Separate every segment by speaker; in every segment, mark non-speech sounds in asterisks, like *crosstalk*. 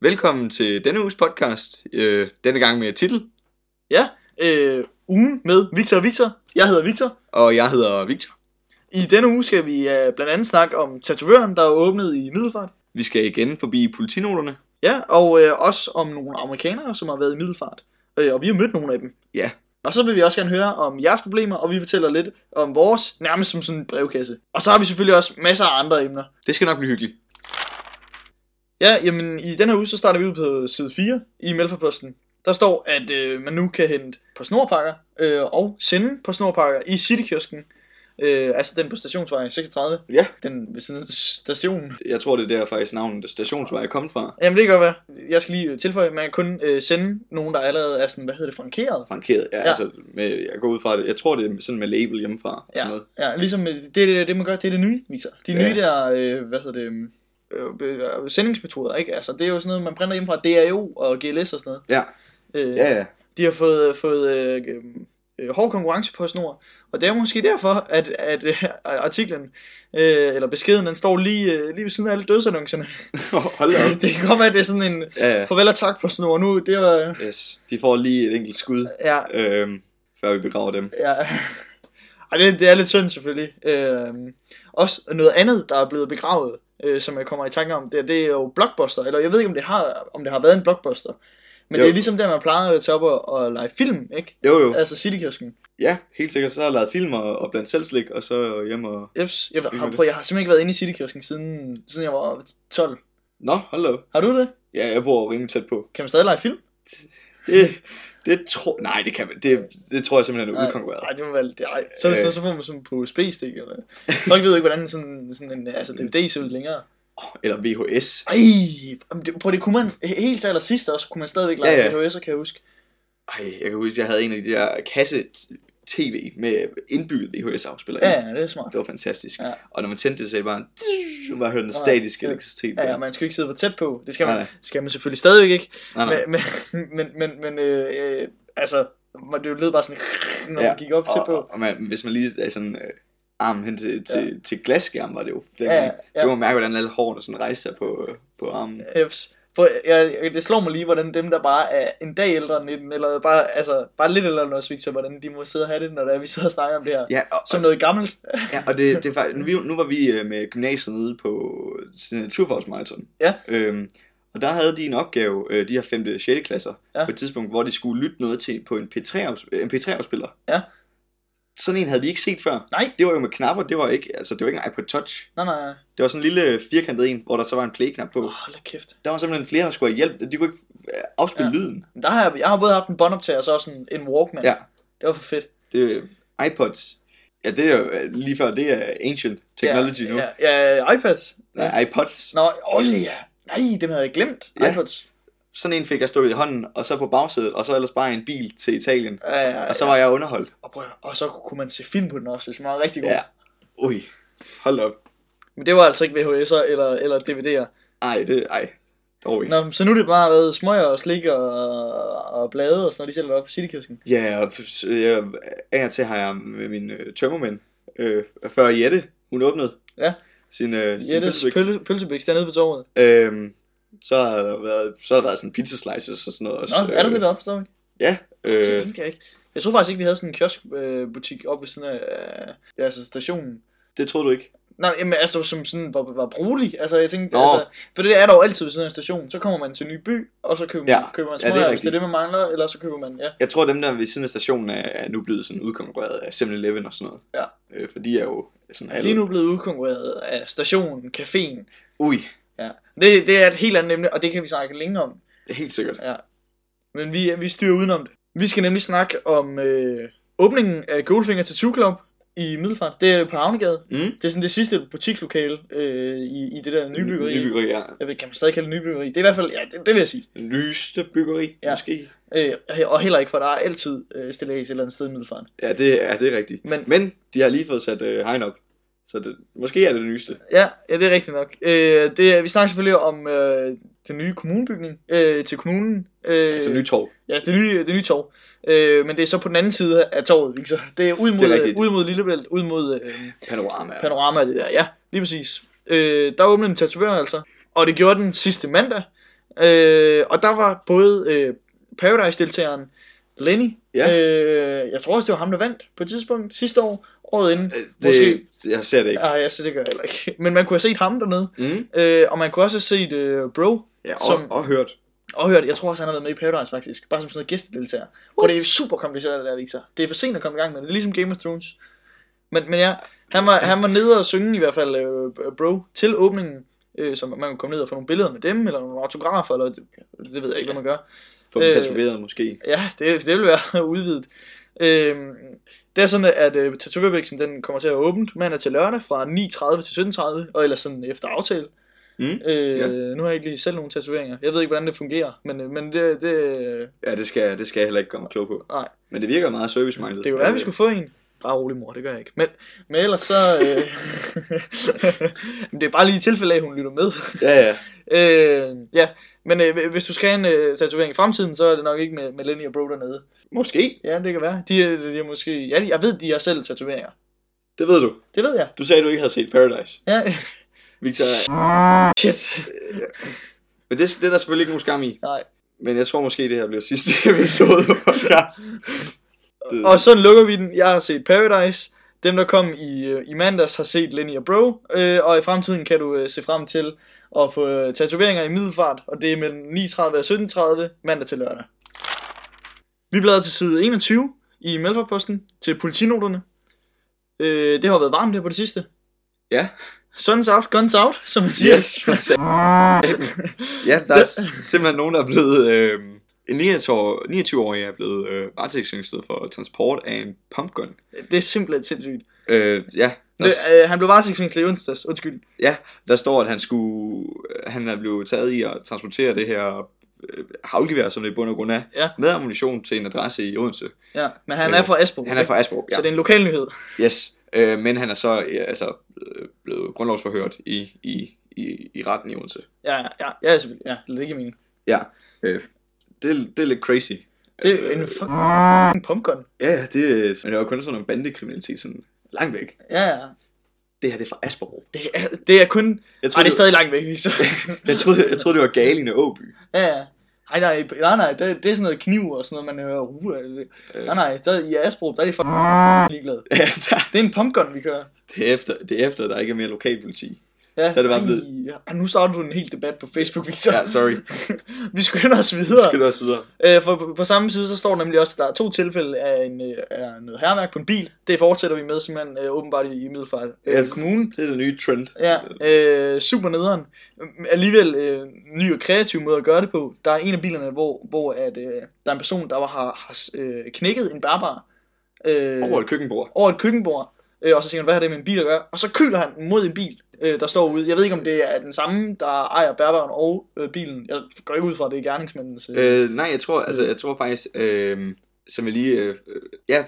Speaker 1: Velkommen til denne uges podcast, øh, denne gang med titel,
Speaker 2: Ja, øh, ugen med Victor og Victor. Jeg hedder Victor.
Speaker 1: og jeg hedder Victor.
Speaker 2: I denne uge skal vi øh, blandt andet snakke om tatovøren, der er åbnet i Middelfart.
Speaker 1: Vi skal igen forbi politinoterne.
Speaker 2: Ja, og øh, også om nogle amerikanere, som har været i Middelfart. Øh, og vi har mødt nogle af dem.
Speaker 1: Ja.
Speaker 2: Og så vil vi også gerne høre om jeres problemer, og vi fortæller lidt om vores, nærmest som sådan en brevkasse. Og så har vi selvfølgelig også masser af andre emner.
Speaker 1: Det skal nok blive hyggeligt.
Speaker 2: Ja, jamen i den her uge, så starter vi ud på side 4 i Mælferposten. Der står, at øh, man nu kan hente på snorpakker øh, og sende på snorpakker i Citykiosken. Øh, altså den på stationsvej 36.
Speaker 1: Ja.
Speaker 2: Den ved siden af stationen.
Speaker 1: Jeg tror, det er der faktisk navnet stationsvej er kommet fra.
Speaker 2: Jamen det kan godt være. Jeg skal lige øh, tilføje, at man kan kun øh, sende nogen, der allerede er sådan, hvad hedder det, frankeret.
Speaker 1: Frankeret, ja, ja.
Speaker 2: Ja.
Speaker 1: altså, med, jeg går ud fra det. Jeg tror, det er sådan med label hjemmefra. Ja. Sådan noget.
Speaker 2: Ja, ligesom øh, det, det, det man gør, det er det nye, viser. De
Speaker 1: Ja.
Speaker 2: nye der, øh, hvad hedder det, øh, øh, sendingsmetoder, ikke? Altså det er jo sådan noget, man printer hjemmefra DRO og GLS og sådan noget.
Speaker 1: Ja.
Speaker 2: Øh,
Speaker 1: ja, *laughs* ja.
Speaker 2: De har fået, fået øh, øh, øh, hård konkurrence på snor, og det er måske derfor, at, at øh, *laughs* artiklen, øh, eller beskeden, den står lige, øh, lige ved siden af alle dødsannoncerne.
Speaker 1: Hold da op.
Speaker 2: *laughs* det kan godt være, at det er sådan en
Speaker 1: Ja, ja.
Speaker 2: farvel og tak på snor nu. Det var,
Speaker 1: Yes. De får lige et enkelt skud,
Speaker 2: ja,
Speaker 1: øhm, før vi begraver dem.
Speaker 2: ja. *laughs* Ej, det, det er lidt tyndt selvfølgelig. Øh, også noget andet, der er blevet begravet, øh, som jeg kommer i tanke om, det, det er jo blockbuster, eller jeg ved ikke, om det har, om det har været en blockbuster. Men
Speaker 1: Jo.
Speaker 2: jo. det er ligesom der, man plejer at tage op og, og lege film, ikke?
Speaker 1: Jo, jo.
Speaker 2: Altså Citykiosken.
Speaker 1: Ja, helt sikkert. Så har jeg lavet film og, og blandt selv slik, og så hjem og...
Speaker 2: Jeps, jeg,
Speaker 1: Hyggeligt.
Speaker 2: har, prøv, jeg har simpelthen ikke været inde i Citykiosken siden, siden jeg var 12.
Speaker 1: Nå, hold da op.
Speaker 2: Har du det?
Speaker 1: Ja, jeg bor rimelig tæt på.
Speaker 2: Kan man stadig lege film?
Speaker 1: Det, det tror... Nej, det kan man. Det, det tror jeg simpelthen er
Speaker 2: Nej.
Speaker 1: udkonkurreret.
Speaker 2: Nej, det må være lidt... Ej. Så,
Speaker 1: Øh.
Speaker 2: så, så får man sådan på USB-stik eller... Folk ved jo ikke, hvordan sådan, sådan en altså, DVD ser ud længere.
Speaker 1: Eller VHS.
Speaker 2: Ej, jamen, det, prøv det kunne man he- helt til allersidst også, kunne man stadigvæk lege
Speaker 1: Ja,
Speaker 2: ja,
Speaker 1: ja.
Speaker 2: ja. VHS'er, kan jeg huske.
Speaker 1: Ej, jeg kan huske, jeg havde en af de der kasse-tv med indbygget VHS-afspiller. i.
Speaker 2: Ja, ja, det er smart.
Speaker 1: Det var fantastisk.
Speaker 2: Ja.
Speaker 1: Og når man tændte det, så var det bare, bare hørte den
Speaker 2: Ja,
Speaker 1: statiske
Speaker 2: ja.
Speaker 1: elektricitet.
Speaker 2: Ja, ja,
Speaker 1: der.
Speaker 2: man skal jo ikke sidde for tæt på. Det skal man,
Speaker 1: Nej,
Speaker 2: skal man selvfølgelig stadigvæk ikke.
Speaker 1: nej, nej.
Speaker 2: Men, men, men, men, men øh, øh, altså, det lød bare sådan, når
Speaker 1: Ja,
Speaker 2: man gik op tæt
Speaker 1: Og,
Speaker 2: på.
Speaker 1: og, og man, hvis man lige er sådan øh, armen hen til, til, til glasskærmen, var det jo
Speaker 2: Ja,
Speaker 1: dengang.
Speaker 2: ja.
Speaker 1: Så kunne man mærke, hvordan alle hårene sådan rejste sig på, øh, på armen.
Speaker 2: Eps. For, jeg, jeg- det slår mig lige, hvordan dem, der bare er en dag ældre end 19, eller bare, altså, bare lidt eller noget Victor, hvordan de må sidde og have det, når det er, vi sidder og snakker om det her.
Speaker 1: Ja, og,
Speaker 2: Som noget gammelt.
Speaker 1: ja, og det, det er faktisk, vi, nu var vi øh, med gymnasiet nede på sådan en naturfagsmarathon.
Speaker 2: Ja.
Speaker 1: Øhm, og der havde de en opgave, øh, de her 5. og 6. klasser,
Speaker 2: Ja.
Speaker 1: på et tidspunkt, hvor de skulle lytte noget til på en P3-afs- øh, en P3-afspiller.
Speaker 2: Ja.
Speaker 1: Sådan en havde vi ikke set før.
Speaker 2: Nej.
Speaker 1: Det var jo med knapper, det var ikke, altså det var ikke en iPod Touch.
Speaker 2: Nej, nej, nej.
Speaker 1: Det var sådan en lille øh, firkantet en, hvor der så var en play-knap på.
Speaker 2: Åh, hold da kæft.
Speaker 1: Der var simpelthen flere, der skulle have hjælp. De kunne ikke øh, afspille ja.
Speaker 2: Ja.
Speaker 1: lyden.
Speaker 2: Men Der har jeg, jeg har både haft en båndoptager, og så også en, en Walkman.
Speaker 1: Ja.
Speaker 2: Det var for fedt.
Speaker 1: Det er iPods. Ja, det er jo øh, lige før, det er ancient technology
Speaker 2: ja,
Speaker 1: nu.
Speaker 2: Ja, ja, iPads.
Speaker 1: Nej, iPods.
Speaker 2: Nå, øj, ja. Nej, dem havde jeg glemt.
Speaker 1: Ja.
Speaker 2: iPods.
Speaker 1: Sådan en fik jeg stået i hånden, og så på bagsædet, og så ellers bare i en bil til Italien.
Speaker 2: Ja, ja, ja.
Speaker 1: Og så var jeg underholdt.
Speaker 2: og, prøv, at høre, og så kunne man se film på den også, hvis man var rigtig god.
Speaker 1: Ja. Ui, hold da op.
Speaker 2: Men det var altså ikke VHS'er eller, eller DVD'er.
Speaker 1: Ej, det, ej. Dog ikke.
Speaker 2: Nå, så nu er det bare været smøger og slik og, og blade og sådan noget, de sælger op på Citykiosken.
Speaker 1: Ja, og f- øh, jeg, af og til har jeg med min øh, tømmermænd, øh, før Jette, hun åbnede
Speaker 2: Ja.
Speaker 1: sin, øh, sin
Speaker 2: Jettes
Speaker 1: pølsebuks.
Speaker 2: pøl, pølsebiks dernede på torvet.
Speaker 1: Øhm, så har der været, så har der været sådan pizza slices og sådan noget også.
Speaker 2: Nå, er der det deroppe stadigvæk?
Speaker 1: Ja,
Speaker 2: Det
Speaker 1: Altså, øh,
Speaker 2: tænkte jeg ikke. Jeg troede faktisk ikke, vi havde sådan en kioskbutik øh, oppe ved siden af øh, ja, altså stationen.
Speaker 1: det troede du ikke.
Speaker 2: Nej, jamen, altså som sådan var, var brugelig. Altså jeg tænkte,
Speaker 1: Nå.
Speaker 2: altså, for det er der jo altid ved siden af stationen. Så kommer man til en ny by, og så køber man,
Speaker 1: Ja,
Speaker 2: køber man
Speaker 1: ja, det er
Speaker 2: smøger, ja, det hvis
Speaker 1: rigtigt.
Speaker 2: det er det, man mangler, eller så køber man, ja.
Speaker 1: Jeg tror, dem der ved siden af stationen er, er nu blevet sådan udkonkurreret af 7-Eleven og sådan noget.
Speaker 2: Ja.
Speaker 1: Øh, for de er jo sådan alle...
Speaker 2: Lige nu er blevet udkonkurreret af stationen, caféen.
Speaker 1: Ui,
Speaker 2: Ja. Det, det er et helt andet emne, og det kan vi snakke længe om.
Speaker 1: det er helt sikkert.
Speaker 2: Ja. Men vi, vi styrer udenom det. Vi skal nemlig snakke om øh, åbningen af Goldfinger Tattoo Club i Middelfart. Det er på Havnegade.
Speaker 1: Mm?
Speaker 2: Det er sådan det sidste butikslokale øh, i, i det der nybyggeri.
Speaker 1: Nybyggeri, ja.
Speaker 2: Jeg ved, kan man stadig kalde det nybyggeri? Det er i hvert fald, ja, det, det vil jeg sige.
Speaker 1: Lyste byggeri, ja.
Speaker 2: Ja.
Speaker 1: måske.
Speaker 2: Øh, og heller ikke, for der er altid øh, stillæs et eller andet sted i Middelfart.
Speaker 1: Ja, det er, det er rigtigt.
Speaker 2: Men
Speaker 1: Men de har lige fået sat øh, hegn op. Så det, måske er det det nyeste.
Speaker 2: ja, ja det er rigtigt nok. Øh, det, er- vi snakker selvfølgelig om øh, den nye kommunebygning øh, til kommunen. Øh,
Speaker 1: Altså nytorv.
Speaker 2: Ja, det nye, det nye torv. Øh, men det er så på den anden side af torvet, ikke? Så det er ud mod, det
Speaker 1: rigtigt.
Speaker 2: er ud mod Lillebælt, ud mod øh,
Speaker 1: Panorama.
Speaker 2: panorama og det der. Ja, lige præcis. Øh, der åbnede en tatovør altså, og det gjorde den sidste mandag. Øh, og der var både øh, Paradise-deltageren Lenny,
Speaker 1: Ja.
Speaker 2: øh, jeg tror også, det var ham, der vandt på et tidspunkt sidste år, året inden.
Speaker 1: Øh,
Speaker 2: Måske.
Speaker 1: Det, jeg ser det ikke.
Speaker 2: Ej, altså, det gør jeg heller ikke. Men man kunne have set ham dernede,
Speaker 1: Mm.
Speaker 2: øh, og man kunne også have set øh, Bro,
Speaker 1: Ja, og,
Speaker 2: Som-
Speaker 1: og hørt.
Speaker 2: og hørt, jeg tror også, han har været med i Paradise faktisk, bare som sådan noget gæstedeltager. Hvor det er super kompliceret, det der, Victor. Det er for sent at komme i gang med det, det er ligesom Game of Thrones. Men, men ja, han var, han var nede og synge i hvert fald, øh, bro, til åbningen, øh, så man kunne komme ned og få nogle billeder med dem, eller nogle autografer, eller det, det ved jeg ikke, hvad man gør.
Speaker 1: Få dem
Speaker 2: Øh,
Speaker 1: tatoveret måske.
Speaker 2: Ja, det, det vil være *laughs* udvidet. Øhm, det er sådan, at øh, Tatovørbæksen, den kommer til at være åbent mandag til lørdag fra 9.30 til 17.30, og ellers sådan efter aftale.
Speaker 1: Mm,
Speaker 2: øh,
Speaker 1: ja.
Speaker 2: Nu har jeg ikke lige selv nogle tatoveringer. Jeg ved ikke, hvordan det fungerer, men, øh, men det, det, øh,
Speaker 1: Ja, det skal, det skal jeg heller ikke komme klog på.
Speaker 2: Nej.
Speaker 1: Men det virker meget service-minded. Øh,
Speaker 2: det kunne være, at vi skulle få en. Bare rolig mor, det gør jeg ikke. Men, men ellers
Speaker 1: *laughs*
Speaker 2: så... Øh, *laughs* men det er bare lige i tilfælde af, at hun lytter med.
Speaker 1: Ja, ja.
Speaker 2: øh, ja, men øh, hvis du skal have en øh, tatovering i fremtiden, så er det nok ikke med, med Lenny og Bro dernede.
Speaker 1: Måske.
Speaker 2: Ja, det kan være. De, er- de er måske... Ja, de- jeg ved, de har selv tatoveringer.
Speaker 1: Det ved du.
Speaker 2: Det ved jeg.
Speaker 1: Du sagde, du ikke havde set Paradise. *laughs*
Speaker 2: Ja.
Speaker 1: Victor,
Speaker 2: Shit.
Speaker 1: men det, det er der selvfølgelig ikke nogen skam i.
Speaker 2: Nej.
Speaker 1: Men jeg tror måske, det her bliver sidste *laughs* episode på podcast. Det-
Speaker 2: Og så lukker vi den. Jeg har set Paradise. Dem, der kom i, øh, i mandags, har set Lenny og Bro. Øh, og i fremtiden kan du øh, se frem til at få øh, tatoveringer i middelfart. Og det er mellem 9.30 og 17.30 mandag til lørdag. Vi bladrer til side 21 i Melfordposten til politinoterne. Øh, det har været varmt her på det sidste.
Speaker 1: Ja.
Speaker 2: Suns out, guns out, som man siger.
Speaker 1: Yes, *laughs* for satan. Ja, der er simpelthen nogen, der er blevet... Øh, en 29-årig 29 er blevet øh, varetægtsfængslet for transport af en pumpgun.
Speaker 2: Det er simpelthen sindssygt.
Speaker 1: Øh, ja, der,
Speaker 2: Det, øh, han blev varetægtsfængslet i onsdags, undskyld.
Speaker 1: der står, at han skulle, han er blevet taget i at transportere det her øh, havlgevær, som det i bund og grund er,
Speaker 2: Ja.
Speaker 1: med ammunition til en adresse i Odense.
Speaker 2: Ja, men han
Speaker 1: Øh,
Speaker 2: er fra Esbjerg.
Speaker 1: Han er fra Asborg,
Speaker 2: Så
Speaker 1: ja.
Speaker 2: det er en lokal nyhed.
Speaker 1: Yes. Øh, men han er så ja, altså, øh, blevet grundlovsforhørt i, i, i, i retten i Odense.
Speaker 2: Ja, ja, ja, ja, selvfølgelig. Ja, det giver mening.
Speaker 1: Ja, øh, det, er- det er lidt crazy.
Speaker 2: Det er en fucking pumpgun.
Speaker 1: Ja, ja, det, er- men det var kun sådan en bandekriminalitet, sådan langt væk.
Speaker 2: Ja, ja.
Speaker 1: Det her, det er fra Asborg.
Speaker 2: Det er, det er kun...
Speaker 1: Jeg
Speaker 2: Ej,
Speaker 1: troede,
Speaker 2: det er stadig langt væk, så.
Speaker 1: jeg troede, jeg troede det var Galine Åby.
Speaker 2: *laughs* ja, ja. Ej, nej, nej, nej, det, det er sådan noget kniv og sådan noget, man hører ruge af.
Speaker 1: Øh,
Speaker 2: Nej, nej, der, i Asbro, der er de fucking ligeglade.
Speaker 1: *laughs* Ja, der,
Speaker 2: Det er en pumpgun, vi kører.
Speaker 1: det, er efter, det er efter, at der ikke er mere lokalpoliti.
Speaker 2: Ja,
Speaker 1: Så er det bare
Speaker 2: ej,
Speaker 1: blevet-
Speaker 2: ja. Ej, nu starter du en hel debat på Facebook, Victor.
Speaker 1: Ja, sorry.
Speaker 2: vi skynder os
Speaker 1: Så
Speaker 2: *laughs* videre.
Speaker 1: skal du også videre.
Speaker 2: Øh, for på, på samme side, så står der nemlig også, at der er to tilfælde af, en, øh, af noget herværk på en bil. Det fortsætter vi med simpelthen øh, åbenbart i, i Middelfart øh,
Speaker 1: Ja.
Speaker 2: Kommune.
Speaker 1: Det er den nye trend.
Speaker 2: Ja, øh, super nederen. Men Alligevel øh, ny og kreativ måde at gøre det på. Der er en af bilerne, hvor, hvor at, øh, der er en person, der var, har, har øh, knækket en bærbar øh,
Speaker 1: Over et køkkenbord.
Speaker 2: over et køkkenbord. Øh, og så siger han, hvad har det med en bil at gøre? Og så køler han mod en bil, øh, der står ude. Jeg ved ikke, om det er den samme, der ejer bærbaren og øh, bilen. Jeg går ikke ud fra, at det er gerningsmændens... Øh,
Speaker 1: Øh, nej, jeg tror, altså, jeg tror faktisk, øh, som jeg lige, øh, øh, ja,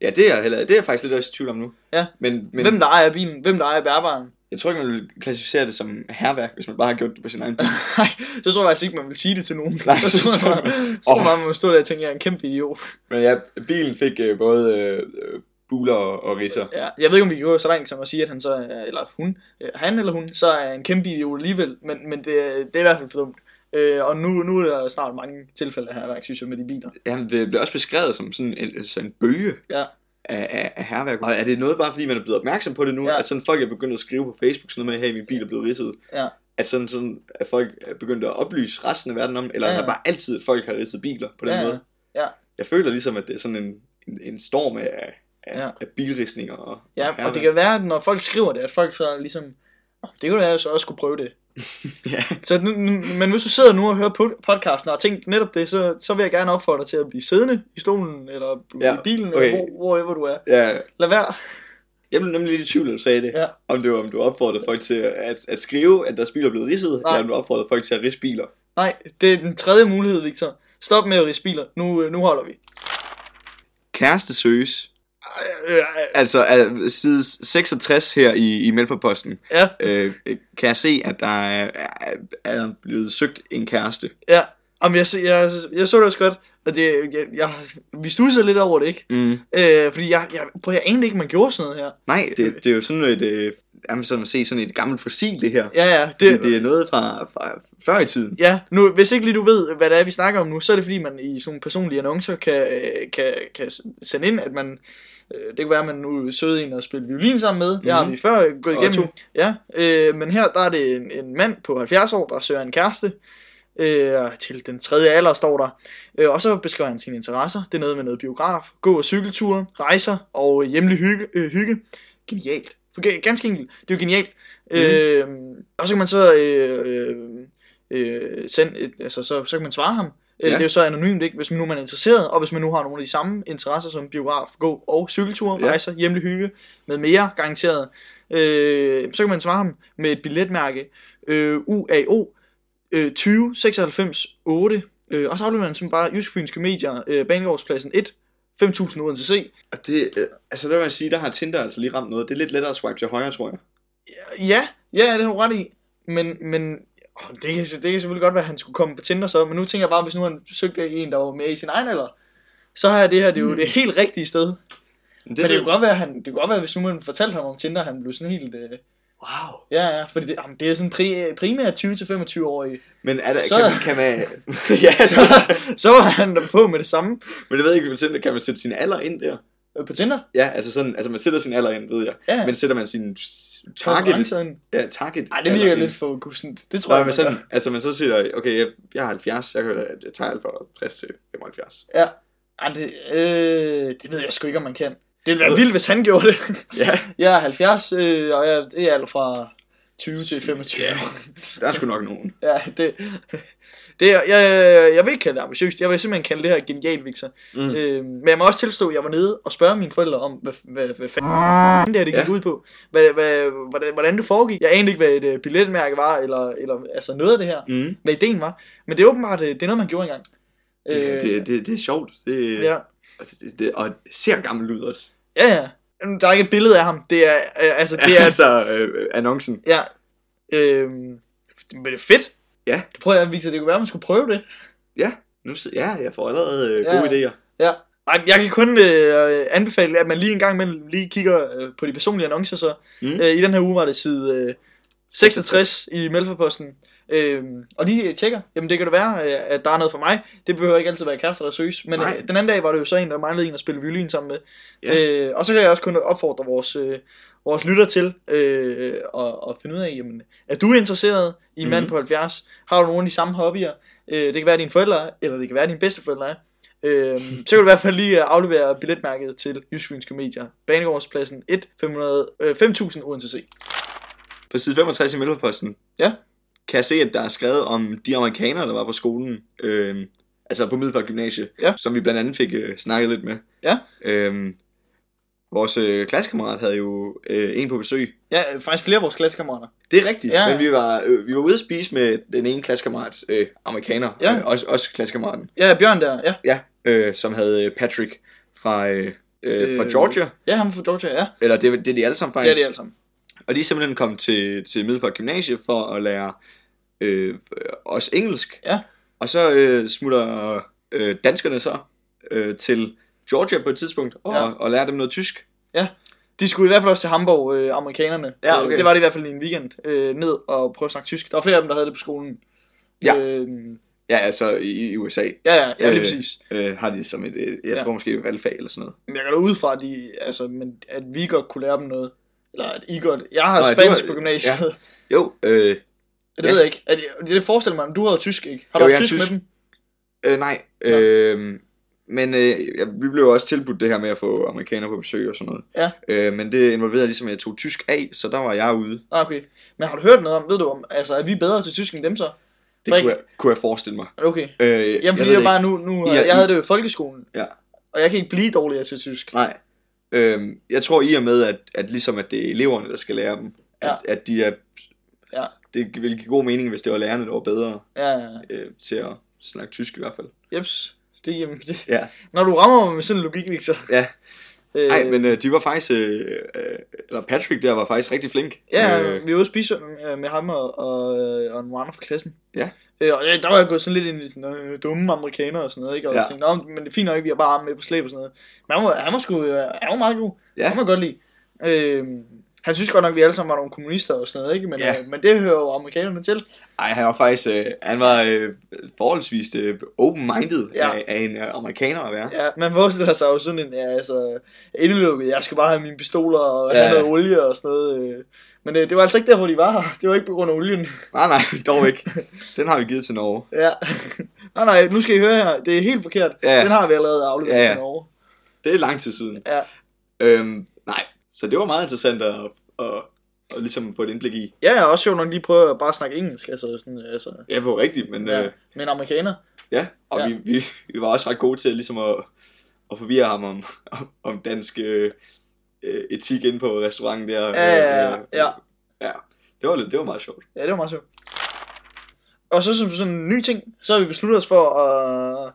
Speaker 1: ja, det er, jeg heller, det er jeg faktisk lidt også i tvivl om nu.
Speaker 2: Ja.
Speaker 1: Men, men
Speaker 2: men... Hvem der ejer bilen? Hvem der ejer bærbaren?
Speaker 1: jeg tror ikke, man vil klassificere det som herværk, hvis man bare har gjort det på sin egen bil.
Speaker 2: Nej, så tror jeg faktisk ikke, man vil sige det til nogen.
Speaker 1: Nej,
Speaker 2: *laughs* så tror
Speaker 1: så tror
Speaker 2: jeg,
Speaker 1: jeg-
Speaker 2: så tror jeg, bare, man må stå der og tænke, jeg er en kæmpe idiot.
Speaker 1: Men ja, bilen fik øh, både øh, øh, buler og, og ridser.
Speaker 2: Ja, jeg ved ikke, om vi kan gå så langt som at sige, at han så er, eller hun, øh, han eller hun, så er en kæmpe idiot alligevel, men, men det, er- det er i hvert fald for dumt. Øh, og nu, nu er der snart mange tilfælde her, jeg synes jeg, med de biler.
Speaker 1: Jamen, det bliver også beskrevet som sådan en, sådan en bølge
Speaker 2: Ja.
Speaker 1: af, af, af herværk. Og er det noget bare, fordi man er blevet opmærksom på det nu,
Speaker 2: Ja.
Speaker 1: ja. at sådan folk er begyndt at skrive på Facebook, sådan noget med, hey, min bil er blevet ridset.
Speaker 2: Ja.
Speaker 1: At, sådan, sådan, at folk er begyndt at oplyse resten af verden om, eller
Speaker 2: Ja,
Speaker 1: ja.
Speaker 2: ja.
Speaker 1: er der bare altid, at folk har ridset biler på den
Speaker 2: Ja, ja.
Speaker 1: måde.
Speaker 2: Ja.
Speaker 1: Jeg føler ligesom, at det er sådan en, en, en storm af, af,
Speaker 2: Ja.
Speaker 1: ja. af bilridsninger. Og,
Speaker 2: Ja, og det
Speaker 1: kan...
Speaker 2: kan være, at når folk skriver det, at folk så ligesom, "Nå, det kunne da være, at jeg så også skulle prøve det.
Speaker 1: *laughs* ja.
Speaker 2: Så nu, nu, men hvis du sidder nu og hører pod- podcasten og har tænkt netop det, så, så vil jeg gerne opfordre dig til at blive siddende i stolen, eller ja,
Speaker 1: Ja,
Speaker 2: i bilen, okay.
Speaker 1: okay.
Speaker 2: eller hvor, wherever du er.
Speaker 1: ja,
Speaker 2: Lad være.
Speaker 1: jeg blev nemlig lidt i tvivl, da du sagde det.
Speaker 2: Ja.
Speaker 1: Om, det var, om du opfordrede folk til at, at skrive, at deres biler er blevet ridset,
Speaker 2: Nej.
Speaker 1: eller om du opfordrede folk til at ridse biler.
Speaker 2: Nej, det er den tredje mulighed, Victor. Stop med at rige biler. Nu, øh, nu holder vi.
Speaker 1: Kæreste søges.
Speaker 2: Ej, øh, øh,
Speaker 1: Altså, al- side 66 her i, i Melforposten,
Speaker 2: Ja,
Speaker 1: øh, kan jeg se, at der er, er, er blevet søgt en kæreste.
Speaker 2: ja. Jamen, jeg, se- jeg, jeg så det også godt. Og det, jeg, jeg, vi stussede lidt over det, ikke?
Speaker 1: Mm.
Speaker 2: Øh, fordi jeg, jeg, prøv, jeg anede ikke, man gjorde sådan noget her.
Speaker 1: Nej, det, det er jo sådan et, øh, nærmest sådan at se sådan et gammelt fossil, det her.
Speaker 2: Ja, ja.
Speaker 1: Det, det er noget fra, fra før i tiden.
Speaker 2: Ja, nu, hvis ikke lige du ved, hvad det er, vi snakker om nu, så er det fordi, man i sådan nogle personlige annoncer kan, øh, kan, kan sende ind, at man... øh, Det kan være, at man nu søgte en at spille violin sammen med. Det har
Speaker 1: Mhm.
Speaker 2: vi før gået
Speaker 1: Og
Speaker 2: igennem.
Speaker 1: to.
Speaker 2: Ja, øh, men her der er det en, en mand på 70 år, der søger en kæreste. Øh, til den tredje alder står der. Øh, og så beskriver han sine interesser. Det er noget med noget biograf, gå- og cykelture, rejser og hjemlig hygge. Øh, hygge. Genialt. For ga- ganske enkelt. Det er jo genialt. Mm.
Speaker 1: Mhm.
Speaker 2: Øh, og så kan man så øh, øh, øh, sende, et- altså, så, så kan man svare ham. Ja.
Speaker 1: Ja.
Speaker 2: Det er jo så anonymt, ikke? hvis man nu man er interesseret, og hvis man nu har nogle af de samme interesser som biograf, gå og cykelture,
Speaker 1: Ja.
Speaker 2: ja. rejser, hjemlig hygge, med mere garanteret, øh, så kan man svare ham med et billetmærke øh, UAO øh, 20 96 8, øh, og så afleverer man simpelthen bare Jysk Fynske Medier, øh, Banegårdspladsen 1, 5000 Odense C.
Speaker 1: Og det, øh, altså der vil jeg sige, der har Tinder altså lige ramt noget. Det er lidt lettere at swipe til højre, tror jeg.
Speaker 2: Ja, ja, det har du ret i, men, men åh, det, kan, det kan selvfølgelig godt være, at han skulle komme på Tinder så, men nu tænker jeg bare, hvis nu han søgte en, der var mere i sin egen alder, så har jeg det her, det er jo Hmm. det helt rigtige sted.
Speaker 1: Men
Speaker 2: Det men det
Speaker 1: ved-
Speaker 2: kunne godt være, han, det kunne godt være, hvis nu man fortalte ham om Tinder, han blev sådan helt... Øh,
Speaker 1: Wow.
Speaker 2: ja, ja, fordi det, jamen, det er sådan pri, primært 20-25-årige.
Speaker 1: Men er der,
Speaker 2: Så-
Speaker 1: kan, man, kan man... *laughs* ja,
Speaker 2: Så, så var han da på med det samme
Speaker 1: men jeg ved ikke, kan man, kan man sætte sin alder ind der?
Speaker 2: øh, på Tinder.
Speaker 1: Ja, altså sådan, altså man sætter sin alder ind, ved jeg.
Speaker 2: Ja,
Speaker 1: Men sætter man sin s- target,
Speaker 2: target.
Speaker 1: ja, target
Speaker 2: Ej, det
Speaker 1: alder
Speaker 2: virker
Speaker 1: ind?
Speaker 2: lidt for gussent. Det tror
Speaker 1: Nå,
Speaker 2: jeg,
Speaker 1: men
Speaker 2: man
Speaker 1: sådan,
Speaker 2: gør.
Speaker 1: altså man så siger, okay, jeg, jeg er 70, jeg, kan, jeg tager alt fra 60 til 75.
Speaker 2: Ej, det, øh, det ved jeg sgu ikke, om man kan. Det ville være vildt, hvis han gjorde det.
Speaker 1: Ja,
Speaker 2: *laughs* Jeg er 70, øh, og jeg, det er alt fra 20 til 25.
Speaker 1: Ja. *laughs* der er sgu nok nogen.
Speaker 2: *laughs* Ja, det, det er, jeg, jeg vil ikke kalde det ambitiøst. Jeg vil simpelthen kalde det her genialt, Victor.
Speaker 1: Mm.
Speaker 2: Mm. Øh, men jeg må også tilstå, at jeg var nede og spørge mine forældre om, hvad, hvad, hvad fanden det her
Speaker 1: Ah.
Speaker 2: det gik
Speaker 1: Ja.
Speaker 2: ja. ud på. Hvad, hvad, hvordan, hvordan det foregik. Jeg anede ikke, hvad et øh, billetmærke var, eller, eller altså noget af det her.
Speaker 1: Mm.
Speaker 2: Hvad ideen var. Men det er åbenbart, øh, det er noget, man gjorde engang.
Speaker 1: Det, øh, det, det, det er sjovt. Det,
Speaker 2: ja.
Speaker 1: og det, det, og det ser gammelt ud også.
Speaker 2: ja, ja. Der er ikke et billede af ham. Det er, øh, altså, det
Speaker 1: *laughs* Det er
Speaker 2: er
Speaker 1: altså øh, annoncen.
Speaker 2: Ja. Øhm, men det er fedt.
Speaker 1: Ja.
Speaker 2: Det prøver jeg at vise, det kunne være, at man skulle prøve det.
Speaker 1: Nu, s- ja, jeg får allerede øh,
Speaker 2: Ja.
Speaker 1: gode idéer.
Speaker 2: Nej, jeg kan kun øh, anbefale, at man lige en gang imellem lige kigger øh, på de personlige annoncer så.
Speaker 1: Mm.
Speaker 2: Mm. Øh, I den her uge var det side øh, 66 i Melforposten. Øh, og lige øh, tjekker, jamen det kan det være, øh, at der er noget for mig. Det behøver ikke altid være kærester, der søges. Men
Speaker 1: Nej.
Speaker 2: øh, den anden dag var det jo så en, der manglede en at spille violin sammen med.
Speaker 1: Ja.
Speaker 2: Øh, og så kan jeg også kun opfordre vores, øh, vores lytter til øh, at, at finde ud af, jamen, er du interesseret i en mm. mand
Speaker 1: Mhm.
Speaker 2: på 70? Har du nogle af de samme hobbyer? Øh, det kan være dine forældre, er, eller det kan være dine bedsteforældre er. *laughs* Øh, så kan du i hvert fald lige øh, aflevere billetmærket til Jysk Fynske Medier. Banegårdspladsen 1, 500, øh, 5000 Odense C.
Speaker 1: På side 65 i Mælkeposten,
Speaker 2: Ja.
Speaker 1: kan jeg se, at der er skrevet om de amerikanere, der var på skolen, øh, altså på Middelfart Gymnasie,
Speaker 2: Ja.
Speaker 1: som vi blandt andet fik øh, snakket lidt med.
Speaker 2: Ja.
Speaker 1: Øh, vores øh, klassekammerat havde jo øh, en på besøg.
Speaker 2: Ja, øh, faktisk flere af vores klassekammerater.
Speaker 1: Det er rigtigt,
Speaker 2: Ja, ja.
Speaker 1: men vi var, øh, vi var ude at spise med den ene klassekammerat, øh, amerikaner,
Speaker 2: Ja.
Speaker 1: øh, også, også klassekammeraten,
Speaker 2: Ja, Bjørn der, ja.
Speaker 1: ja, øh, som havde øh, Patrick fra, øh, øh, fra
Speaker 2: Øh.
Speaker 1: Georgia,
Speaker 2: Ja, ham fra Georgia, ja.
Speaker 1: eller det, det er de alle sammen
Speaker 2: Det
Speaker 1: faktisk.
Speaker 2: er det alle sammen.
Speaker 1: Og de er simpelthen kommet til, til Middelfart Gymnasie for at lære øh, øh, os engelsk.
Speaker 2: Ja.
Speaker 1: Og så øh, smutter øh, danskerne så øh, til Georgia på et tidspunkt og,
Speaker 2: Ja.
Speaker 1: ja. og lærer dem noget tysk.
Speaker 2: De skulle i hvert fald også til Hamburg, øh, amerikanerne.
Speaker 1: Ja,
Speaker 2: Øh,
Speaker 1: okay.
Speaker 2: Det var det i hvert fald i en weekend, øh, ned og prøve at snakke tysk. Der var flere af dem, der havde det på skolen.
Speaker 1: Ja.
Speaker 2: Øh,
Speaker 1: Ja, altså i, i USA
Speaker 2: ja, ja, ja, lige
Speaker 1: Øh.
Speaker 2: præcis.
Speaker 1: øh, har de som et, øh, jeg
Speaker 2: Ja.
Speaker 1: ja. tror måske et valgfag eller sådan noget.
Speaker 2: Men jeg går da ud fra, at, de, altså, men, at vi godt kunne lære dem noget. Eller at I godt... Jeg har
Speaker 1: Nej, du
Speaker 2: spansk
Speaker 1: har-
Speaker 2: på gymnasiet.
Speaker 1: ja. Jo, øh,
Speaker 2: Ja.
Speaker 1: Ja.
Speaker 2: *laughs* Det ved jeg ikke. Er det, det forestiller mig, men du havde tysk, ikke? Har du
Speaker 1: Jo,
Speaker 2: haft
Speaker 1: jeg har
Speaker 2: tysk, tysk
Speaker 1: tysk.
Speaker 2: med dem?
Speaker 1: øh nej. Øh, men øh, ja, vi blev jo også tilbudt det her med at få amerikanere på besøg og sådan noget.
Speaker 2: Ja.
Speaker 1: Øh, men det involverede ligesom, at jeg tog tysk af, så der var jeg ude.
Speaker 2: Ah, okay. Men har du hørt noget om, ved du om, altså er vi bedre til tysk end dem så?
Speaker 1: Det
Speaker 2: Frik.
Speaker 1: kunne jeg, kunne jeg forestille mig.
Speaker 2: Okay.
Speaker 1: Øh, jeg
Speaker 2: Jamen fordi
Speaker 1: ved
Speaker 2: det er
Speaker 1: ikke.
Speaker 2: bare nu, nu
Speaker 1: I er-
Speaker 2: jeg,
Speaker 1: I-
Speaker 2: jeg havde det jo i folkeskolen.
Speaker 1: Ja.
Speaker 2: Og jeg kan ikke blive dårligere til tysk.
Speaker 1: Nej. Øhm, jeg tror i og med, at, at ligesom at det er eleverne, der skal lære dem, at,
Speaker 2: Ja.
Speaker 1: at de er...
Speaker 2: Ja.
Speaker 1: Det ville give god mening, hvis det var lærerne, der var bedre
Speaker 2: Ja, ja, ja.
Speaker 1: øh, til at snakke tysk i hvert fald.
Speaker 2: Jeps. Det, jamen, det.
Speaker 1: Ja.
Speaker 2: Når du rammer mig med sådan en logik, Victor.
Speaker 1: Ja.
Speaker 2: Øh,
Speaker 1: Nej, men øh, de var faktisk... Øh, øh, eller Patrick der var faktisk rigtig flink.
Speaker 2: Ja,
Speaker 1: Øh,
Speaker 2: vi var ude at spise øh, med ham og, og, øh, og nogle andre fra klassen.
Speaker 1: Ja.
Speaker 2: Øh, og øh, der var jeg gået sådan lidt ind i sådan, øh, dumme amerikanere og sådan noget, ikke? Og ja.
Speaker 1: Ja.
Speaker 2: jeg tænkte, "Nå, men det er fint nok, vi har bare ham med på slæb og sådan noget. Men han var, han var sgu, øh, han var meget god.
Speaker 1: Ja.
Speaker 2: Han var godt lide. Øh, han synes godt nok, at vi alle sammen var nogle kommunister og sådan noget, ikke? Men,
Speaker 1: Ja.
Speaker 2: øh, men det hører jo amerikanerne til.
Speaker 1: Ej, han var faktisk, øh, han var øh, forholdsvis øh, open-minded
Speaker 2: Ja.
Speaker 1: ja. af, af, en øh, amerikaner at være.
Speaker 2: Ja, man forestiller sig jo sådan en, ja, altså, indelukket, jeg skal bare have mine pistoler og
Speaker 1: Ja.
Speaker 2: have noget olie og sådan noget. øh. Men øh, det var altså ikke der, hvor de var her. Det var ikke på grund af olien.
Speaker 1: Nej, *laughs* nej, dog ikke. Den har vi givet til Norge.
Speaker 2: Ja. *laughs* nej, nej, nu skal I høre her. Det er helt forkert.
Speaker 1: Ja.
Speaker 2: Den har vi allerede afleveret
Speaker 1: Ja,
Speaker 2: ja.
Speaker 1: ja.
Speaker 2: til Norge.
Speaker 1: Det er lang tid siden.
Speaker 2: Ja.
Speaker 1: Øhm, nej, så det var meget interessant at, at, at ligesom få et indblik i.
Speaker 2: Ja, jeg har også sjovt nok lige prøvet at bare snakke engelsk, altså sådan, altså,
Speaker 1: Ja, på rigtigt, men ja,
Speaker 2: ja,
Speaker 1: øh,
Speaker 2: med en amerikaner.
Speaker 1: ja. og
Speaker 2: Ja.
Speaker 1: ja. Vi, vi, vi var også ret gode til ligesom at, at forvirre ham om, *laughs* om, om dansk øh, øh, etik inde på restauranten der.
Speaker 2: Ja, ja,
Speaker 1: Øh,
Speaker 2: ja, ja.
Speaker 1: ja. Det var, lidt- det var meget sjovt.
Speaker 2: Ja, det var meget sjovt. Og så som sådan en ny ting, så har vi besluttet os for at,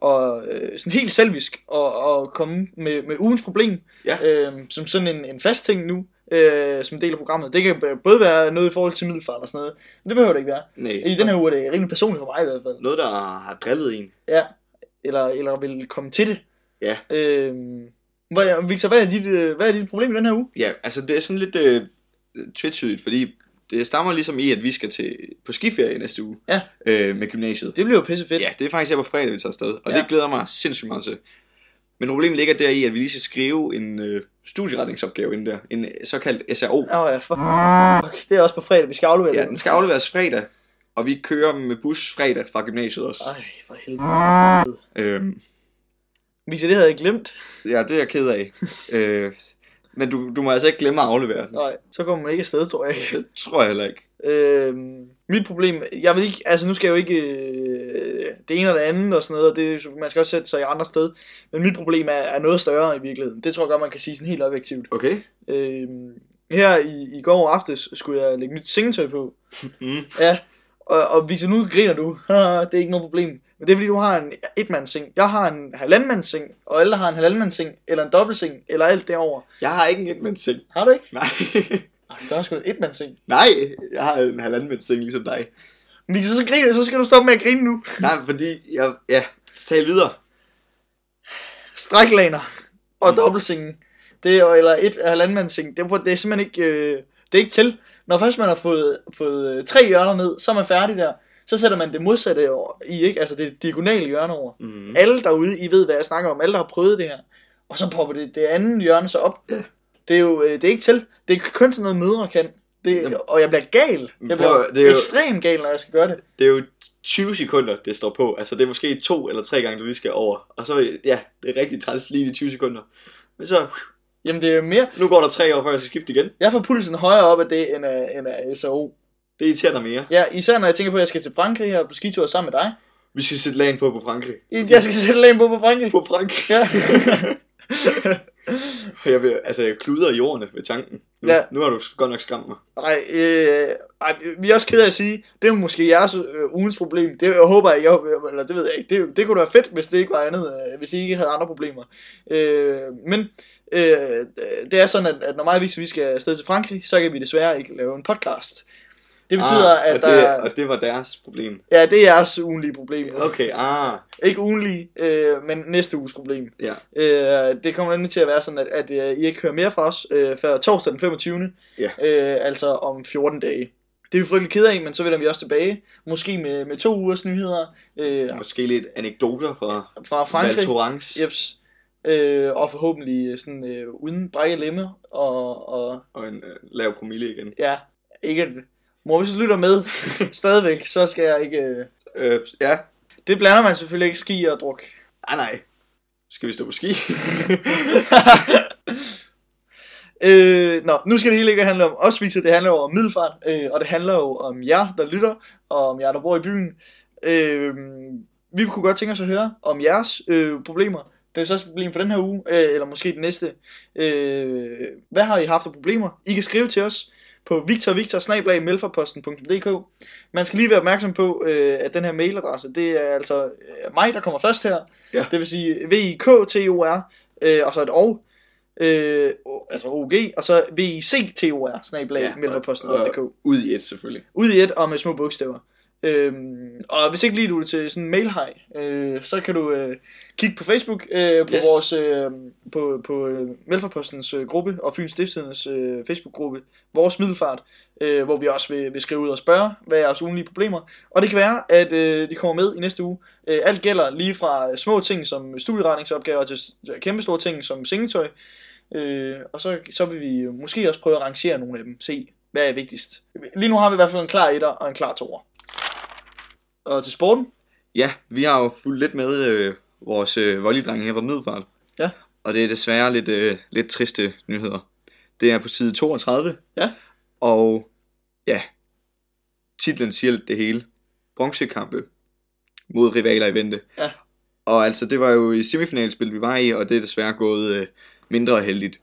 Speaker 2: og sådan helt selvisk at, at komme med, med ugens problem,
Speaker 1: Ja.
Speaker 2: øhm, som sådan en, en fast ting nu, øh, som en del af programmet. Det kan både være noget i forhold til middelfart og sådan noget, men det behøver det ikke være.
Speaker 1: Nej,
Speaker 2: I den her uge er det rimelig personligt for mig i hvert fald.
Speaker 1: Noget, der har drillet en.
Speaker 2: Ja, eller, eller vil komme til det.
Speaker 1: Ja.
Speaker 2: Øhm, hvad, Victor, hvad er, dit, øh, hvad er dit problem i den her uge?
Speaker 1: Ja, altså det er sådan lidt øh, tvetydigt, fordi det stammer ligesom i, at vi skal til på skiferie næste uge
Speaker 2: Ja.
Speaker 1: øh, med gymnasiet.
Speaker 2: Det bliver jo pisse fedt.
Speaker 1: Ja, det er faktisk her på fredag, vi tager afsted, og
Speaker 2: Ja.
Speaker 1: ja. det glæder jeg mig sindssygt meget til. Men problemet ligger deri, at vi lige skal skrive en øh, studieretningsopgave ind der, en øh, såkaldt SRO.
Speaker 2: Åh ja, fuck. fuck. Det er også på fredag, vi skal aflevere
Speaker 1: Ja,
Speaker 2: det.
Speaker 1: den skal afleveres fredag, og vi kører med bus fredag fra gymnasiet også.
Speaker 2: Ej, for helvede.
Speaker 1: Øhm,
Speaker 2: Victor, det havde jeg glemt.
Speaker 1: ja, det er jeg ked af. øh, men du, du må altså ikke glemme at aflevere den.
Speaker 2: Nej, så kommer man ikke afsted, tror jeg.
Speaker 1: Det tror jeg heller ikke.
Speaker 2: Øhm, mit problem, jeg vil ikke, altså nu skal jeg jo ikke øh, det ene og det andet og sådan noget, og det, man skal også sætte sig i andre sted, men mit problem er, er noget større i virkeligheden. Det tror jeg godt, man kan sige sådan helt objektivt.
Speaker 1: Okay?
Speaker 2: Øhm, her i, i går aftes skulle jeg lægge nyt sengetøj på,
Speaker 1: Mm.
Speaker 2: ja, og, og Victor, nu griner du, *laughs* det er ikke noget problem, men det er fordi, du har en etmandsseng, jeg har en halvandmandsseng, og alle har en halvandmandsseng, eller en dobbeltseng, eller alt derover.
Speaker 1: Jeg har ikke en etmandsseng.
Speaker 2: Har du ikke?
Speaker 1: *laughs* Nej.
Speaker 2: Ej, der er sgu da etmandsseng.
Speaker 1: Nej, jeg har en halvandvendt seng ligesom dig.
Speaker 2: Men så, så, griner, så skal du stoppe med at grine nu.
Speaker 1: Nej, fordi jeg... Ja, tal videre.
Speaker 2: Stræklaner og
Speaker 1: Mm.
Speaker 2: dobbeltsengen. Det er, eller et af halvandmandsseng. Det, er på- det er simpelthen ikke, øh, det er ikke til. Når først man har fået, fået øh, tre hjørner ned, så er man færdig der. Så sætter man det modsatte over, i, ikke? Altså det diagonale hjørne over.
Speaker 1: Mm.
Speaker 2: Alle derude, I ved, hvad jeg snakker om. Alle, der har prøvet det her. Og så popper det, det andet hjørne så op. Det er jo øh, det er ikke til. Det er kun sådan noget mødre kan. Det,
Speaker 1: Jamen.
Speaker 2: og jeg bliver gal.
Speaker 1: Prøv,
Speaker 2: Jeg bliver
Speaker 1: det er jo-
Speaker 2: ekstremt gal, når jeg skal gøre det.
Speaker 1: Det er jo 20 sekunder, det står på. Altså, det er måske to eller tre gange, du lige skal over. Og så, ja, det er rigtig træls lige de 20 sekunder. Men så,
Speaker 2: Jamen det er jo mere,
Speaker 1: nu går der tre år, før jeg skal skifte igen.
Speaker 2: Jeg får pulsen højere op af det, end af, end af SRO.
Speaker 1: Det irriterer dig mere.
Speaker 2: Ja, især når jeg tænker på, at jeg skal til Frankrig her på skitur sammen med dig.
Speaker 1: Vi skal sætte lagen på på Frankrig.
Speaker 2: Jeg skal sætte lægen på på Frankrig.
Speaker 1: På Frankrig. *laughs*
Speaker 2: Ja. *laughs*
Speaker 1: Jeg vil, altså, jeg kluder i jordene ved tanken. Nu,
Speaker 2: Ja.
Speaker 1: ja. nu har du godt nok skræmt mig.
Speaker 2: Nej, øh, ej, vi er også ked af at sige, det er måske jeres øh, ugens problem. Det jeg håber jeg, jeg håber- eller det ved jeg ikke. Det, det kunne da være fedt, hvis det ikke var andet, øh, hvis I ikke havde andre problemer. Øh, men øh, det er sådan, at, at når mig og Victor, vi skal afsted til Frankrig, så kan vi desværre ikke lave en podcast. Det betyder,
Speaker 1: ah,
Speaker 2: at
Speaker 1: og,
Speaker 2: der,
Speaker 1: det, og det var deres problem.
Speaker 2: ja, det er jeres ugenlige problem.
Speaker 1: Okay, ah.
Speaker 2: Ikke ugenlig, øh, men næste uges problem.
Speaker 1: Ja.
Speaker 2: Øh, det kommer nemlig til at være sådan, at, at øh, I ikke hører mere fra os øh, før torsdag den 25.
Speaker 1: Ja.
Speaker 2: Øh, altså om 14 dage. Det er vi frygtelig ked af, men så vender vi også tilbage. Måske med, med to ugers nyheder øh,
Speaker 1: Måske lidt anekdoter fra
Speaker 2: fra
Speaker 1: Frankrig.
Speaker 2: Frankrig. Jeps. Øh, og forhåbentlig øh, sådan, øh, uden brækket lemme. Og, og
Speaker 1: og en øh, lav promille igen.
Speaker 2: ja, ikke... Mor, hvis du lytter med *laughs* stadigvæk, så skal jeg ikke... Øh...
Speaker 1: Øh, ja.
Speaker 2: Det blander man selvfølgelig ikke ski og druk.
Speaker 1: Ah, nej. Skal vi stå på ski? *laughs*
Speaker 2: øh, nå, nu skal det hele ikke handle om os, Victor. Det handler jo om middelfart, øh, og det handler jo om jer, der lytter, og om jer, der bor i byen. Øh, vi kunne godt tænke os at høre om jeres øh, problemer. Det er så et problem for den her uge, øh, eller måske den næste. Øh, hvad har I haft af problemer? I kan skrive til os på victorvictor.melforposten.dk Man skal lige være opmærksom på, øh, at den her mailadresse, det er altså øh, mig, der kommer først her.
Speaker 1: Ja.
Speaker 2: Det vil sige V-I-K-T-O-R, øh, og så et og, øh, o- altså OG, og så VICTOR, snablag, ja,
Speaker 1: Ja, og-
Speaker 2: melforposten.dk.
Speaker 1: Ud i et, selvfølgelig.
Speaker 2: Ud i et og med små bogstaver. Øhm, og hvis ikke lige du er til sådan en mailhej, øh, så kan du øh, kigge på Facebook øh, på
Speaker 1: Yes.
Speaker 2: yes. vores øh, på, på øh, Melforpostens øh, gruppe og Fyns Stiftstidens øh, Facebook-gruppe, Vores Middelfart, øh, hvor vi også vil, vil skrive ud og spørge, hvad er jeres ugenlige problemer. Og det kan være, at øh, de kommer med i næste uge. Øh, alt gælder lige fra øh, små ting som studieretningsopgaver til s- kæmpe store ting som sengetøj. Øh, og så, så vil vi øh, måske også prøve at rangere nogle af dem. Se, hvad er vigtigst. Lige nu har vi i hvert fald en klar etter og en klar toer. Og til sporten?
Speaker 1: Ja, vi har jo fulgt lidt med øh, vores øh, volleydrenge her fra Middelfart.
Speaker 2: Ja.
Speaker 1: Og det er desværre lidt, øh, lidt triste nyheder. Det er på side 32.
Speaker 2: Ja.
Speaker 1: Og ja, titlen siger lidt det hele. Bronzekampe mod rivaler i vente.
Speaker 2: Ja.
Speaker 1: Og altså, det var jo i semifinalspil, vi var i, og det er desværre gået øh, mindre heldigt.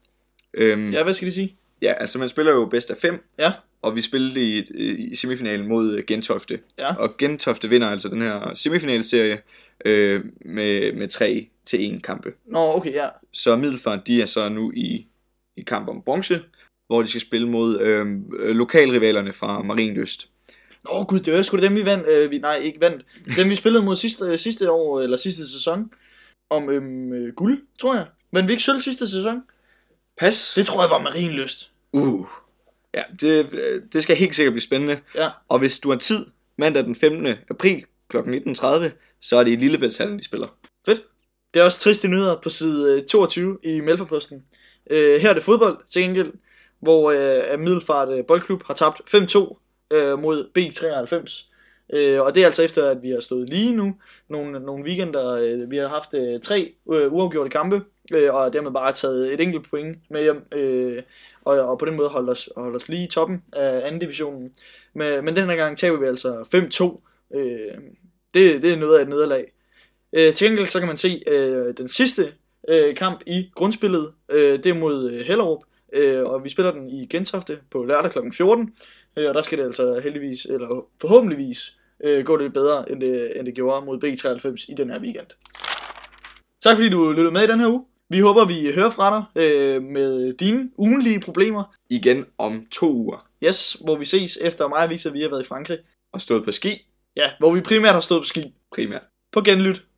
Speaker 1: Øhm,
Speaker 2: Ja, hvad skal de sige?
Speaker 1: Ja, altså man spiller jo bedst af fem.
Speaker 2: Ja.
Speaker 1: Og vi spillede i, i semifinalen mod øh, Gentofte.
Speaker 2: Ja.
Speaker 1: Og Gentofte vinder altså den her semifinalserie øh, med, med 3 til 1 kampe.
Speaker 2: Nå, okay, ja.
Speaker 1: Så Middelfart, de er så nu i, i kamp om bronze, hvor de skal spille mod øh, øh, lokalrivalerne fra Marienlyst.
Speaker 2: Nå gud, det var sgu da dem, vi vandt. Øh, vi, nej, ikke vandt. Dem, vi spillede mod sidste, øh, sidste år, eller sidste sæson. Om øhm, øh, guld, tror jeg. Men vi ikke sølv sidste sæson?
Speaker 1: Pas.
Speaker 2: Det tror jeg var marinlyst.
Speaker 1: Uh. Ja, det, øh, det skal helt sikkert blive spændende.
Speaker 2: Ja.
Speaker 1: Og hvis du har tid, mandag den 15. april kl. 19.30, så er det i Lillebæltshallen, de spiller.
Speaker 2: Det er også triste nyheder på side øh, 22 i Melforposten. Øh, her er det fodbold til gengæld, hvor øh, at Middelfart øh, Boldklub har tabt 5-2 øh, mod B93. Øh, og det er altså efter, at vi har stået lige nu nogle, nogle weekender. Øh, vi har haft øh, tre øh, uafgjorte kampe, øh, og dermed bare taget et enkelt point med hjem, øh, og, og på den måde holdt os, holdt os lige i toppen af anden divisionen. Men, men den her gang taber vi altså 5-2. Øh, det, det er noget af et nederlag. Øh, til gengæld så kan man se øh, den sidste øh, kamp i grundspillet. Øh, det er mod øh, Hellerup, øh, og vi spiller den i Gentofte på lørdag kl. 14. Øh, og der skal det altså heldigvis, eller forhåbentligvis, øh, gå lidt bedre, end det, end det gjorde mod B93 i den her weekend. Tak fordi du lyttede med i den her uge. Vi håber, vi hører fra dig øh, med dine ugenlige problemer.
Speaker 1: Igen om to uger.
Speaker 2: Yes, hvor vi ses efter mig og Victor, vi har været i Frankrig.
Speaker 1: og stået på ski
Speaker 2: Ja, hvor vi primært har stået på ski.
Speaker 1: primært.
Speaker 2: På genlyt.